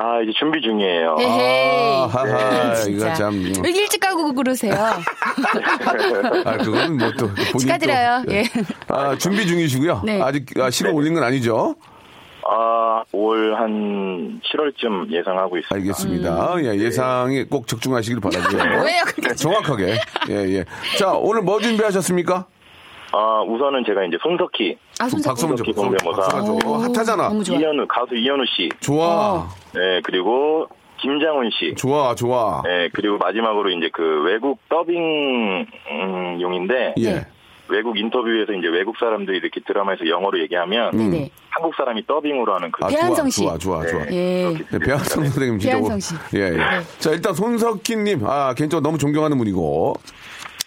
아, 이제 준비 중이에요. 네. 에헤이. 네, 하하, 이거 진짜. 참. 왜 일찍 가고 그러세요? 아, 그건 뭐 또. 본인 또- 축하드려요. 예. 아, 준비 중이시고요. 네. 아직 아, 실어 올린 건 아니죠. 아, 올 한 7월쯤 예상하고 있습니다. 알겠습니다. 예, 예상이 꼭 적중하시길 바라고요. 음. 아, 왜요? 그게 정확하게. 예, 예. 자, 오늘 뭐 준비하셨습니까? 아, 우선은 제가 이제 손석희 아, 손잡고. 박수 먼저. 기본 명사. 박수 오, 먼저. 핫하잖아. 너무 좋아. 어. 이현우 가수 이현우 씨, 좋아, 네 그리고 김장훈 씨, 예, 좋아, 좋아. 네 그리고 마지막으로 이제 그 외국 더빙 음, 용인데 예. 네. 외국 인터뷰에서 이제 외국 사람들이 이렇게 드라마에서 영어로 얘기하면 네네. 한국 사람이 더빙으로 하는 그 음. 아, 배한성 씨. 좋아, 좋아, 좋아, 좋아. 예. 네, 배한성 선생님 진짜. 배한성 오- 씨. 네. 예, 예. 자, 일단 손석희님, 아, 개인적으로 너무 존경하는 분이고,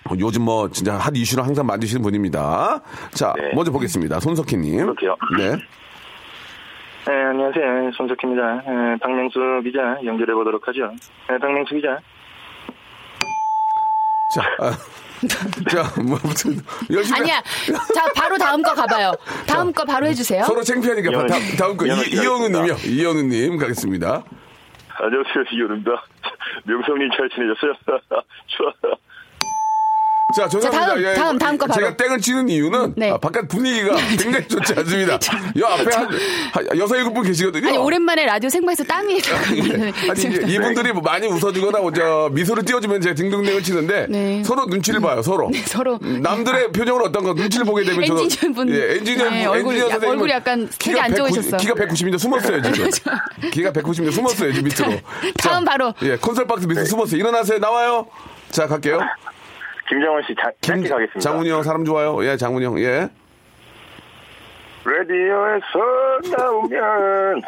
어, 요즘 뭐 진짜 핫 이슈를 항상 만드시는 분입니다. 자, 네. 먼저 보겠습니다. 손석희님. 그렇게요. 네. 네, 안녕하세요. 손석희입니다. 네, 박명수 기자 연결해 보도록 하죠. 네, 박명수 기자. 자, 아, 자, 뭐, 아무튼, 열심히. 아니야. 자, 바로 다음 거 가봐요. 다음 거 바로 해주세요. 서로 창피하니까 이현우 다, 씨. 다음 거 이현우 이- 씨가 이현우님이요. 있습니다. 이현우님 가겠습니다. 안녕하세요, 이효입니다 명성님 잘 지내셨어요? 좋아요. 자, 죄송합니다. 다음, 예, 다음, 다음 거 바로. 제가 땡을 치는 이유는 네. 아, 바깥 분위기가 굉장히 좋지 않습니다. 요 앞에 한, 한 여섯 일곱 분 계시거든요. 아니 오랜만에 라디오 생방에서 땀이 그러니까 아니 이제 이분들이 뭐 많이 웃어주거나 뭐 저 미소를 띄워주면 제가 딩동댕을 치는데 네. 서로 눈치를 봐요 서로 음, 서로. 아. 남들의 표정을 어떤가 눈치를 보게 되면 저는 엔지니어분. 예, 엔지니어 네, 분, 얼굴이 엔지니어 약- 선생님은 얼굴이 약간 색이 키가 안 190 좋으셨어. 키가 190인데 숨었어요 지금 키가 190인데 숨었어요 지금 밑으로 다음 바로. 예 콘솔 박스 네. 밑에 숨었어요 일어나세요 나와요 자 갈게요 김정원 씨, 자, 아, 짧게 가겠습니다. 장훈이 형 사람 좋아요 예 장훈이 형예 라디오에서 나오면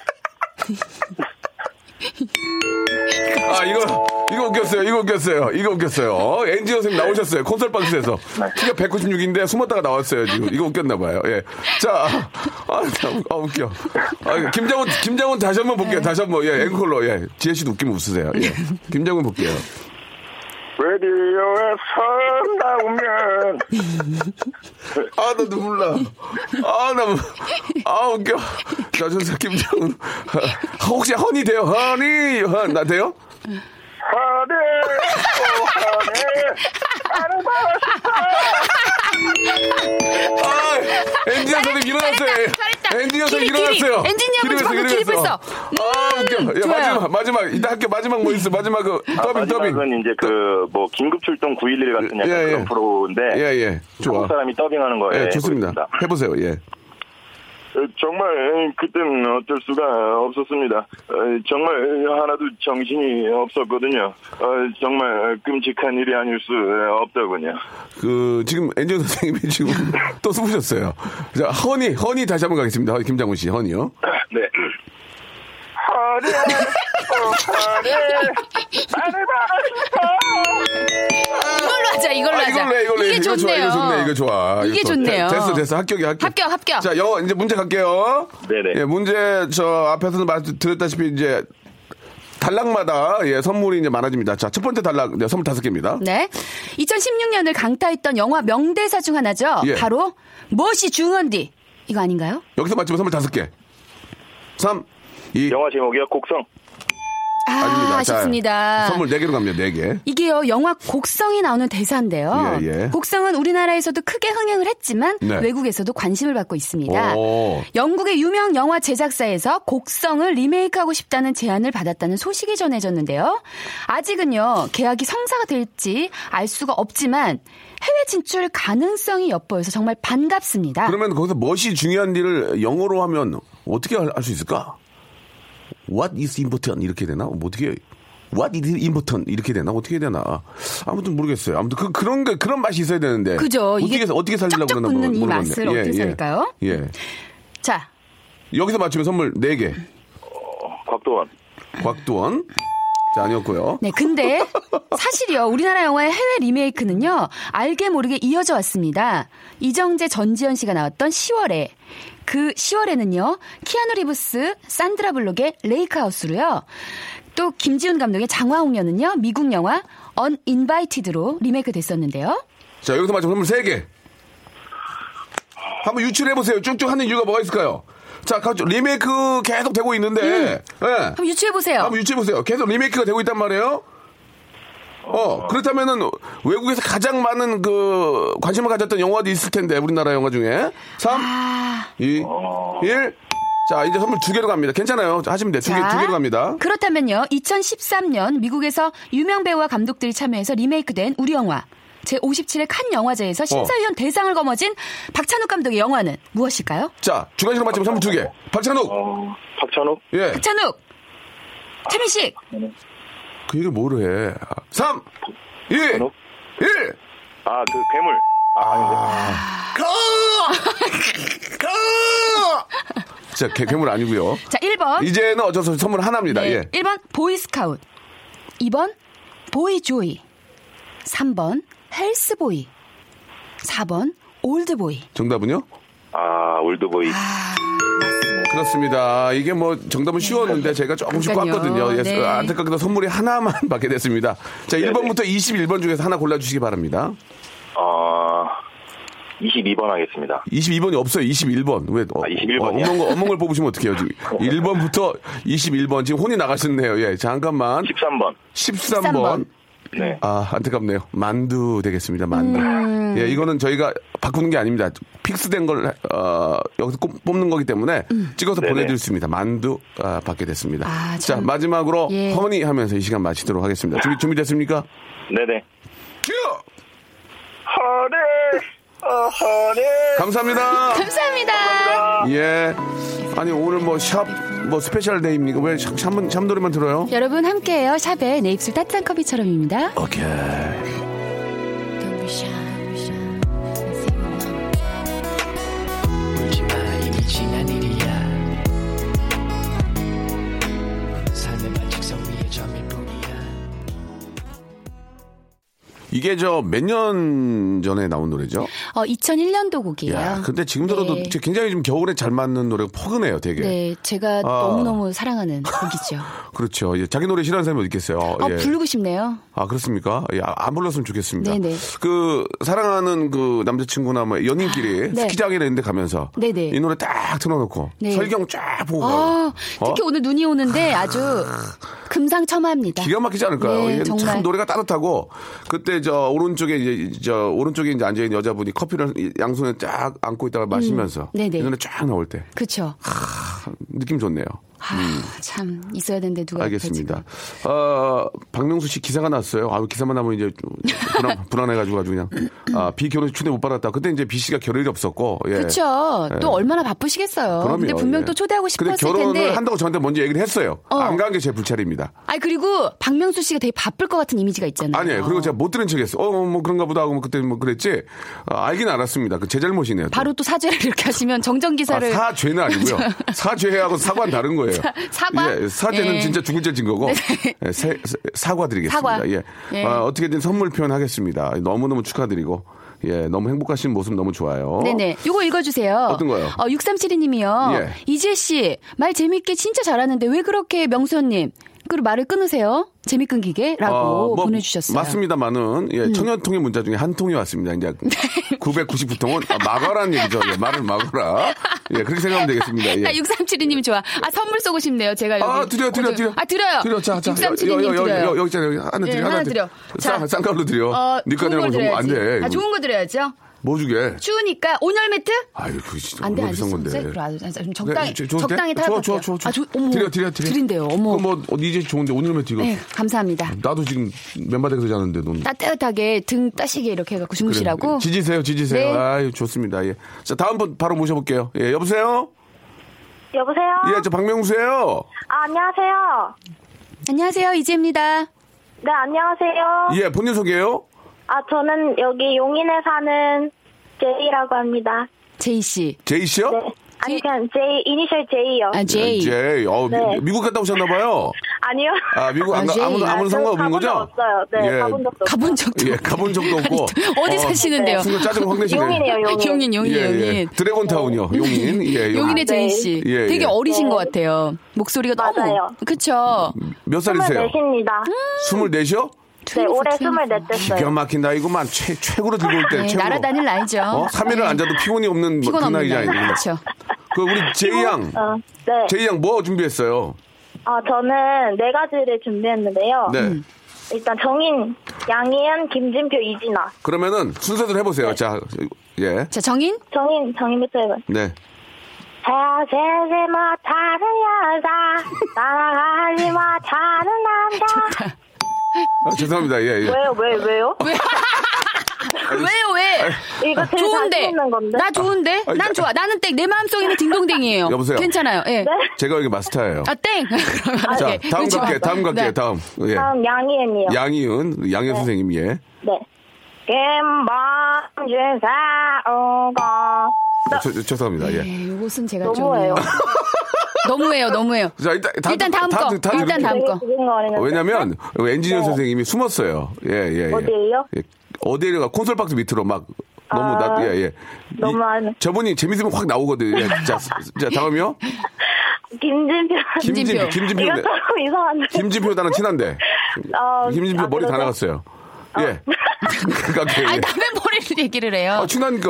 아 이거 이거 웃겼어요. 이거 웃겼어요. 이거 웃겼어요. 엔지오 선생님 나오셨어요. 콘솔 박스에서 키가 196인데 숨었다가 나왔어요. 지금 이거 웃겼나 봐요. 예. 자, 아, 참, 아, 웃겨. 아, 김장훈 김장훈 다시 한번 볼게요. 다시 한번 예 앵콜로 예 지혜 씨도 웃기면 웃으세요. 예. 김장훈 볼게요. 라디오에서 나오면 아, 나 눈물 나. 아, 나, 아, 웃겨. 나 전사 김장훈. 아, 혹시 허니 돼요? 허니, 허, 나 돼요? 하늘 또 하늘 아, 엔지니어 선생님 일어났어요. 잘했다. 엔지니어 선생님 기립, 기립. 일어났어요. 엔지니어 분 기립했어, 방금 기립했어. 기립했어. 음, 아, 웃겨. 야, 좋아요. 마지막, 마지막. 이따 할게 마지막 뭐 있어. 마지막 그, 더빙, 더빙. 아, 마지막은 이제 그 뭐 긴급 출동 911 같은 약간 예, 예. 그런 프로인데 예, 예. 좋아. 한국 사람이 더빙하는 거예요. 예, 좋습니다. 해보겠습니다. 해보세요, 예. 어, 정말 그때는 어쩔 수가 없었습니다. 어, 정말 하나도 정신이 없었거든요. 어, 정말 끔찍한 일이 아닐 수 없더군요. 그, 지금 엔지니어 선생님이 지금 또 숨으셨어요. 자, 허니, 허니 다시 한번 가겠습니다. 허니, 김장훈 씨, 허니요. 네. 허리, 허리, 나를 이걸로 하자. 이걸로 아, 하자. 이걸로 해, 이걸로 해. 게 이거 좋아, 좋네요. 이거 좋네, 이거 좋아. 이게 이거 좋아. 좋네요. 됐어, 됐어. 합격이야, 합격. 합격, 합격. 자, 영어, 이제 문제 갈게요. 네네. 예, 문제, 저, 앞에서도 말씀드렸다시피, 이제, 단락마다, 예, 선물이 이제 많아집니다. 자, 첫 번째 단락, 네, 선물 다섯 개입니다. 네. 2016년을 강타했던 영화 명대사 중 하나죠. 예. 바로 무엇이 중헌디 이거 아닌가요? 여기서 맞히면 선물 다섯 개. 삼, 이, 영화 제목이요, 곡성. 아, 아닙니다. 아쉽습니다 자, 선물 네 개로 갑니다, 네 개. 이게요 영화 곡성이 나오는 대사인데요. 예, 예. 곡성은 우리나라에서도 크게 흥행을 했지만 네. 외국에서도 관심을 받고 있습니다. 오. 영국의 유명 영화 제작사에서 곡성을 리메이크하고 싶다는 제안을 받았다는 소식이 전해졌는데요. 아직은요 계약이 성사가 될지 알 수가 없지만 해외 진출 가능성이 엿보여서 정말 반갑습니다. 그러면 거기서 무엇이 중요한 일을 영어로 하면 어떻게 할 수 있을까? What is important 이렇게 되나? 뭐 어떻게 What is important 이렇게 되나? 어떻게 되나? 아무튼 모르겠어요. 아무튼 그, 그런 게 그런 맛이 있어야 되는데. 그죠. 어떻게 이게 해서- 어떻게 살리려고 쫙쫙 그러나 붙는 모르- 이 모르겠네. 맛을 어떻게 살릴까요? 예, 자 여기서 맞추면 선물 4개. 곽도원. 곽두원. 자, 아니었고요. 네, 근데 사실이요. 우리나라 영화의 해외 리메이크는요. 알게 모르게 이어져 왔습니다. 이정재 전지현 씨가 나왔던 10월에 그 10월에는요. 키아누 리브스, 산드라 블록의 레이크하우스로요. 또 김지훈 감독의 장화홍련은요. 미국 영화 언인바이티드로 리메이크 됐었는데요. 자, 여기서 맞추면 선물 3개. 한번 유출해보세요. 쭉쭉 하는 이유가 뭐가 있을까요? 자, 가죠. 리메이크 계속 되고 있는데. 음. 예. 한번 유추해 보세요. 한번 유추해 보세요. 계속 리메이크가 되고 있단 말이에요. 어, 그렇다면은 외국에서 가장 많은 그 관심을 가졌던 영화도 있을 텐데 우리나라 영화 중에 3 아. 2 1 자, 이제 선물 두 개로 갑니다. 괜찮아요. 하시면 돼. 두 개, 두 개로 갑니다. 그렇다면요. 2013년 미국에서 유명 배우와 감독들이 참여해서 리메이크된 우리 영화 제57회 칸 영화제에서 심사위원 어. 대상을 거머쥔 박찬욱 감독의 영화는 무엇일까요? 자, 주관식으로 맞히면 선물 두 개. 박찬욱! 어, 박찬욱. 예. 박찬욱! 최민식! 그 얘기를 뭐를 해. 3 2 1 아, 그 괴물. 진짜 개, 괴물 아니고요. 자, 1번. 이제는 어쩔 수 없이 선물 하나입니다. 네. 예. 1번 보이스카웃. 2번 보이조이. 3번 헬스보이. 4번 올드보이. 정답은요? 아, 올드보이. 그렇습니다. 이게 뭐 정답은 쉬웠는데 제가 조금씩 네, 그러니까요. 꿨거든요. 예, 네. 안타깝게도 선물이 하나만 받게 됐습니다. 네, 자, 1번부터 21번 중에서 하나 골라주시기 바랍니다. 어, 22번 하겠습니다. 22번이 없어요. 21번. 왜? 어, 아, 21번 이요? 어, 엄한 거, 엄한 걸 뽑으시면 어떡해요, 지금. 1번부터 21번. 지금 혼이 나가셨네요. 예, 잠깐만. 13번. 13번. 네. 아, 안타깝네요. 만두 되겠습니다, 만두. 예, 이거는 저희가 바꾸는 게 아닙니다. 픽스된 걸, 어, 여기서 꼽- 뽑는 거기 때문에 찍어서 네네. 보내드릴 수 있습니다. 만두, 음. 아, 받게 됐습니다. 아, 자, 참. 마지막으로 예. 허니 하면서 이 시간 마치도록 하겠습니다. 준비, 준비됐습니까? 네네. 큐! 허리, 어, 허리. 감사합니다. 감사합니다. 예. 아니, 오늘 뭐 샵, 뭐 스페셜 데이입니까? 왜 샵, 샵, 샵 노래만 들어요? 여러분 함께해요. 샵에 내 입술 따뜻한 커피처럼입니다. 오케이. 이게 저 몇 년 전에 나온 노래죠? 어, 2001년도 곡이에요. 야, 근데 지금 들어도 네. 제- 굉장히 좀 겨울에 잘 맞는 노래가 포근해요, 되게. 네, 아. 제가 너무너무 사랑하는 곡이죠. 그렇죠. 예, 자기 노래 싫어하는 사람이 어디 있겠어요. 어, 예. 부르고 싶네요. 아, 그렇습니까? 예, 아, 안 불렀으면 좋겠습니다. 네네. 그, 사랑하는 그 남자친구나 뭐 연인끼리 네. 스키장이나 이런 데 가면서 네네. 이 노래 딱 틀어놓고 네. 설경 쫙 보고 아, 가고. 특히 어? 오늘 눈이 오는데 아주 금상첨화합니다. 기가 막히지 않을까요? 네, 이게 정말. 참 노래가 따뜻하고 그때 저 오른쪽에 이제 저 오른쪽에 이제 앉아 있는 여자분이 커피를 이- 양손에 쫙 안고 있다가 마시면서 음, 네네. 이 노래 쫙 나올 때 그렇죠. 느낌 좋네요. 아, 참 있어야 되는데 음. 누가 알겠습니다. 어, 박명수 씨 기사가 났어요. 아, 기사만 나면 이제 좀 불안, 불안해가지고 아주 그냥. 아, 비 결혼식 초대 못 받았다. 그때 이제 비 씨가 결혼이 없었고. 예. 그렇죠. 예. 또 얼마나 바쁘시겠어요. 그럼요. 근데 분명 예. 또 초대하고 싶었을 근데 결혼을 텐데. 한다고 저한테 먼저 얘기를 했어요. 어. 안 간 게 제 불찰입니다. 아니 그리고 박명수 씨가 되게 바쁠 것 같은 이미지가 있잖아요. 아니에요. 그리고 제가 못 들은 척했어. 어, 어, 뭐 그런가 보다 하고 뭐 그때 뭐 그랬지. 아, 알긴 알았습니다. 그 제 잘못이네요. 또. 바로 또 사죄를 이렇게 하시면 정정 아, 기사를 사죄는 아니고요. 사죄하고 사과는 다른 거예요. 사- 사과? 예, 사죄는 예. 진짜 죽을 죄진 거고 네. 예, 세- 세- 사과드리겠습니다. 사과. 예. 예. 아, 어떻게든 선물 표현하겠습니다. 너무너무 축하드리고 예, 너무 행복하신 모습 너무 좋아요. 네네. 요거 읽어주세요. 어? 어떤 거요? 어, 6372님이요. 예. 이지혜 씨, 말 재밌게 진짜 잘하는데 왜 그렇게 명수님, 그리고 말을 끊으세요? 재미 끊기게? 라고 어, 뭐 보내주셨어요. 음. 맞습니다만은 예, 천여 통의 문자 중에 한 통이 왔습니다. 이제 999통은 막아라는 얘기죠. 예, 말을 막아라. 예, 그렇게 생각하면 되겠습니다. 예. 아, 6372님 좋아. 아, 선물 쏘고 싶네요. 제가 여기. 아, 드려, 드려, 고정- 드려. 아, 드려요. 드려, 자, 자. 여, 6372님 여, 여, 드려요. 여, 여기 있잖아요. 여기 하나 드려, 예, 하나 하나 드려. 드려. 쌍, 자. 쌍가루 드려. 어, 니꺼 좋은 내라고 걸 그러면 안 드려야지. 돼. 아, 좋은 거 드려야죠. 뭐 주게? 추우니까 온열 매트? 아유, 그 진짜 안 돼, 얼마나 안 돼. 비싼 건데. 손재? 그래, 아, 좀 적당히, 네, 좋- 좋은데? 적당히 타요. 좋아, 좋아, 좋아, 좋아. 아, 저, 어머. 드려, 드려, 드려. 드린대요, 어머. 그럼 뭐, 어, 이제 좋은데, 오늘만 드려. 네, 감사합니다. 나도 지금 맨바닥에서 자는데, 넌. 따뜻하게 등 따시게 이렇게 해갖고 주무시라고. 그래. 지지세요, 지지세요. 네. 아유, 좋습니다. 예. 자, 다음 분 바로 모셔볼게요. 예, 여보세요? 여보세요? 예, 저 박명수예요 아, 안녕하세요. 안녕하세요, 이지혜입니다. 네, 안녕하세요. 예, 본인 소개요? 아, 저는 여기 용인에 사는 제이라고 합니다. 제이 씨. 제이 씨요? 네. 아니, 그냥 제이, 이니셜 제이요. 아, 예, 제이. 제이. 어, 미- 네. 미국 갔다 오셨나봐요. 아니요. 아, 미국 안, 아, 가- 제이. 아무도, 아무도 아, 상관없는 거죠? 가본 적 없어요. 네, 예. 가본 적도 없어요. 가본 적도 예, 없- 가본 적도 없고. 어디 어, 사시는데요? 순간 짜증 확 내시네요. 용인이에요, 용인. 용인, 용인, 예, 예. 용인. 드래곤타운이요. 용인. 예, 용인. 용인의 제이 씨. 예, 예. 되게 어리신 것 같아요. 목소리가 네. 맞아요. 너무. 그쵸? 몇 살이세요? 24입니다. 24시요? 네, 올해 24. 24 기가 됐어요. 막힌다. 이거만 최, 최고로 들고 올 때. 네, 최고로. 날아다닐 나이죠. 네, 어? 3일을 안 자도 피곤이 없는 뭐 피곤 그 없는 나이지 날. 아니에요. 그쵸. 그 우리 제이 양. 어, 네. 제이 양 뭐 준비했어요? 아, 저는 네 가지를 준비했는데요. 네. 일단 정인, 양희은, 김진표, 이진아. 그러면은 순서대로 해보세요. 자, 예. 자, 정인? 정인, 정인부터 해봐요. 네. 헤어지지 못하는 여자, 따라가지 못하는 남자. 아, 죄송합니다. 예, 예. 왜요, 왜요, 왜요? 왜요, 왜? 아, 이거 제일 좋은데. 잘 쓰는 건데. 나 좋은데? 아니, 난 좋아. 나는 땡. 내 마음속에 있는 딩동댕이에요. 여보세요? 괜찮아요. 네? 예. 제가 여기 마스터예요. 아, 땡. 그러면 자, 예, 다음 그쵸. 갈게요. 다음 갈게요. 네. 다음. 예. 다음 양희은이요. 양희은, 양희 은 선생님, 예. 네. 김범준 사오고 아, 죄- 죄송합니다. 예. 네, 이것은 제가 너무해요. 좀 너무해요, 너무해요. 자 일단 다, 일단 다음 거. 일단 다음 거. 어, 왜냐면 엔지니어 선생님이 숨었어요. 예, 예, 예. 네. 어디에요? 예. 어디에가 콘솔 박스 밑으로 막 너무 아, 나, 예, 예. 이- 너무하네. 저분이 재밌으면 확 나오거든요. 예, 자, 자, 다음이요. 김진표 김진표. 김진표. 네. 이거 조금 이상한데 김진표 나는 친한데. 어, 김진표 아, 머리 다 그러세요? 나갔어요. 예. 그러니까 예. 아니, 남의 머리를 얘기를 해요. 아, 친하니까.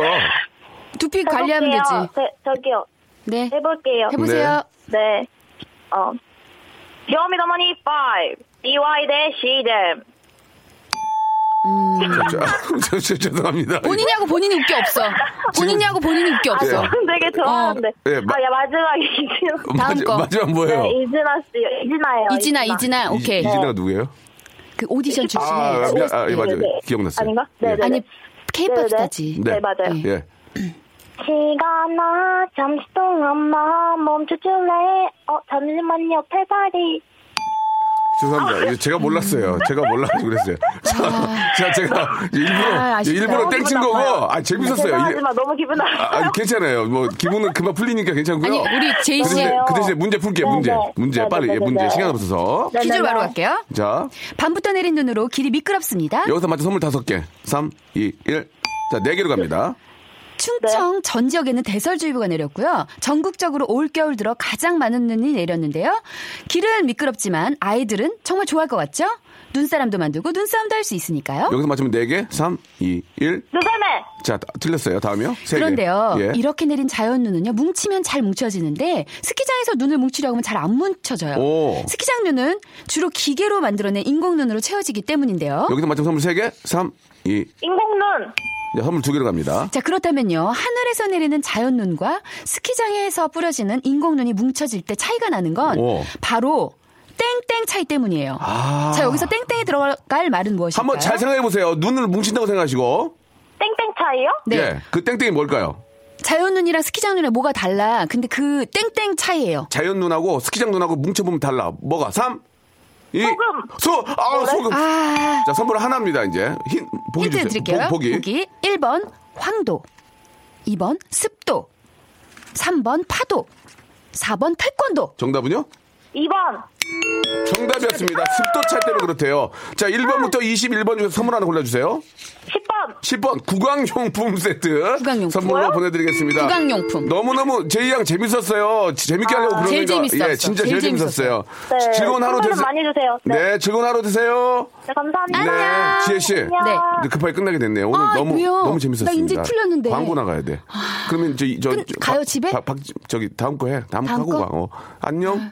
두피 관리하면 되지. 해볼게요. 제- 저기요 네. 해볼게요 해보세요. 네. 어. 쇼미더머니 5. BY 대 시댐. 네, 자, 자, 저- 죄송합니다. 본인이하고 본인이 웃기 없어. 본인이하고 본인이 웃기 아, 없어. 저는 되게 좋아하는데. 예, 마- 아, 야, 마지막에 이진아. 다음 마지- 거. 마지막 뭐예요? 네, 이진아 씨. 이진아예요. 이진아, 이진아, 네. 이- 오케이. 이진아가 누구예요? 그 오디션 출신에. 아, 미안. 아, 예, 맞아요. 네네. 기억났어요. 아닌가? 예. 네네. 아니, 네네. 케이팝 스타지. 네, 맞아요. 예. 시간아, 잠시 동안만 멈춰줄래? 어, 잠시만요, 페바리. 죄송합니다. 이제 제가 몰랐어요. 제가 몰라서 그랬어요. 자, 자, 제가 일부러 아, 아쉽다. 일부러 땡친 거고, 아 재밌었어요. 이게- 하지마 너무 기분 나빠요. 아, 아니, 괜찮아요. 뭐 기분은 금방 풀리니까 괜찮고요. 아니, 우리 그 제이 대신에, 씨의 그래요. 그 대신에 문제 풀게요. 문제, 네, 네. 문제 네, 빨리 네, 예, 네, 문제 네. 시간 없어서. 네, 기줄 네, 바로 네. 갈게요. 자, 밤부터 내린 눈으로 길이 미끄럽습니다. 여기서 맞춰 선물 다섯 개. 3, 2, 1. 자, 네 개로 갑니다. 네. 충청 전 지역에는 대설주의보가 내렸고요. 전국적으로 올겨울 들어 가장 많은 눈이 내렸는데요. 길은 미끄럽지만 아이들은 정말 좋아할 것 같죠? 눈사람도 만들고 눈싸움도 할 수 있으니까요. 여기서 맞추면 네 개. 3, 2, 1. 누가네? 자, 다- 틀렸어요. 다음이요. 세 개. 그런데요, 예. 이렇게 내린 자연 눈은요, 뭉치면 잘 뭉쳐지는데, 스키장에서 눈을 뭉치려고 하면 잘 안 뭉쳐져요. 오. 스키장 눈은 주로 기계로 만들어낸 인공 눈으로 채워지기 때문인데요. 여기서 맞춰 선물 세 개. 3, 2. 인공눈. 자, 선물 두 개로 갑니다. 자, 그렇다면요, 하늘에서 내리는 자연 눈과 스키장에서 뿌려지는 인공 눈이 뭉쳐질 때 차이가 나는 건, 오. 바로, 땡땡 차이 때문이에요. 자, 여기서 땡땡이 들어갈 말은 아. 무엇일까요? 한번 잘 생각해 보세요. 눈을 뭉친다고 생각하시고. 땡땡 차이요? 네. 예. 그 땡땡이 뭘까요? 자연 눈이랑 스키장 눈이랑 뭐가 달라. 근데 그 땡땡 차이예요. 자연 눈하고 스키장 눈하고 뭉쳐보면 달라. 뭐가? 3, 2, 소금. 소, 아, 소금. 아. 자, 선물 하나입니다, 이제. 힌, 보기 힌트 주세요. 드릴게요. 보, 기 1번 황도, 2번 습도, 3번 파도, 4번 태권도. 정답은요? 2번. 정답이었습니다. 습도 찰대로 그렇대요. 자, 1번부터 21번 중에서 선물 하나 골라주세요. 10번. 10번 구강용품 세트 구강용품. 선물로 보내드리겠습니다. 구강용품. 아, 너무너무 제이 양 재밌었어요. 지- 재밌게 하려고 그러는 제일 거. 재밌었어. 예, 진짜 제일, 제일 재밌었어요. 네. 지- 즐거운 하루 선물은 되세요. 많이 주세요. 네. 네, 즐거운 하루 되세요. 네, 감사합니다. 네, 지혜 씨. 안녕. 근데 급하게 끝나게 됐네요. 오늘 아, 너무 왜요? 너무 나 재밌었습니다. 인제 풀렸는데. 아. 광고 나가야 돼. 그러면 저저 저, 끝- 가요, 박- 집에? 박, 박- 저기 다음 거 해. 다음, 거 다음 하고 거? 가. 어. 안녕.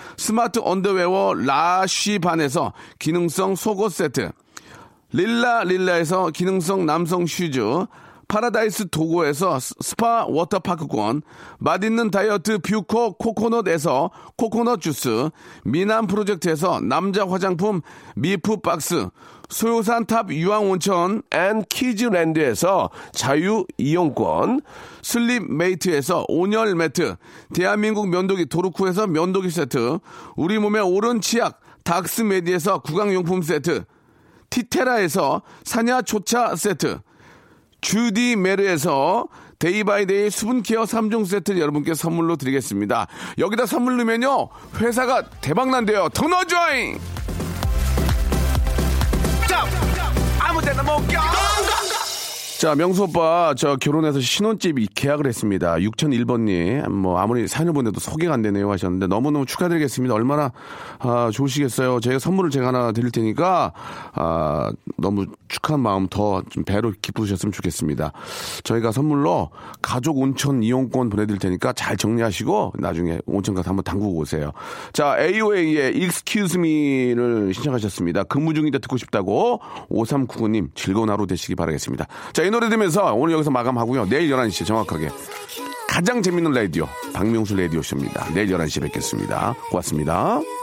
스마트 언더웨어 라쉬반에서 기능성 속옷 세트, 릴라 릴라에서 기능성 남성 슈즈, 파라다이스 도고에서 스- 스파 워터파크권, 맛있는 다이어트 뷰코 코코넛에서 코코넛 주스, 미남 프로젝트에서 남자 화장품 미프 박스, 소요산탑 유황온천 앤 키즈랜드에서 자유 이용권, 슬립메이트에서 온열 매트, 대한민국 면도기 도르쿠에서 면도기 세트, 우리 몸의 오른 치약 닥스메디에서 구강용품 세트, 티테라에서 사냐 초차 세트, 주디 메르에서 데이바이데이 수분케어 3종 세트 여러분께 선물로 드리겠습니다. 여기다 선물 넣으면요, 회사가 대박난대요. 터너조잉! 자, 명수 오빠, 저 결혼해서 신혼집 이 계약을 했습니다. 6001번님, 뭐, 아무리 사연을 보내도 소개가 안 되네요 하셨는데, 너무너무 축하드리겠습니다. 얼마나, 아, 좋으시겠어요. 제가 선물을 제가 하나 드릴 테니까, 아, 너무 축하한 마음 더 좀 배로 기쁘셨으면 좋겠습니다. 저희가 선물로 가족 온천 이용권 보내드릴 테니까 잘 정리하시고, 나중에 온천 가서 한번 담그고 오세요. 자, AOA의 Excuse Me를 신청하셨습니다. 근무 중인데 듣고 싶다고 5399님 즐거운 하루 되시기 바라겠습니다. 자, 이 노래 들으면서 오늘 여기서 마감하고요. 내일 11시에 정확하게 가장 재밌는 라디오 박명수 라디오쇼입니다. 내일 11시에 뵙겠습니다. 고맙습니다. 그-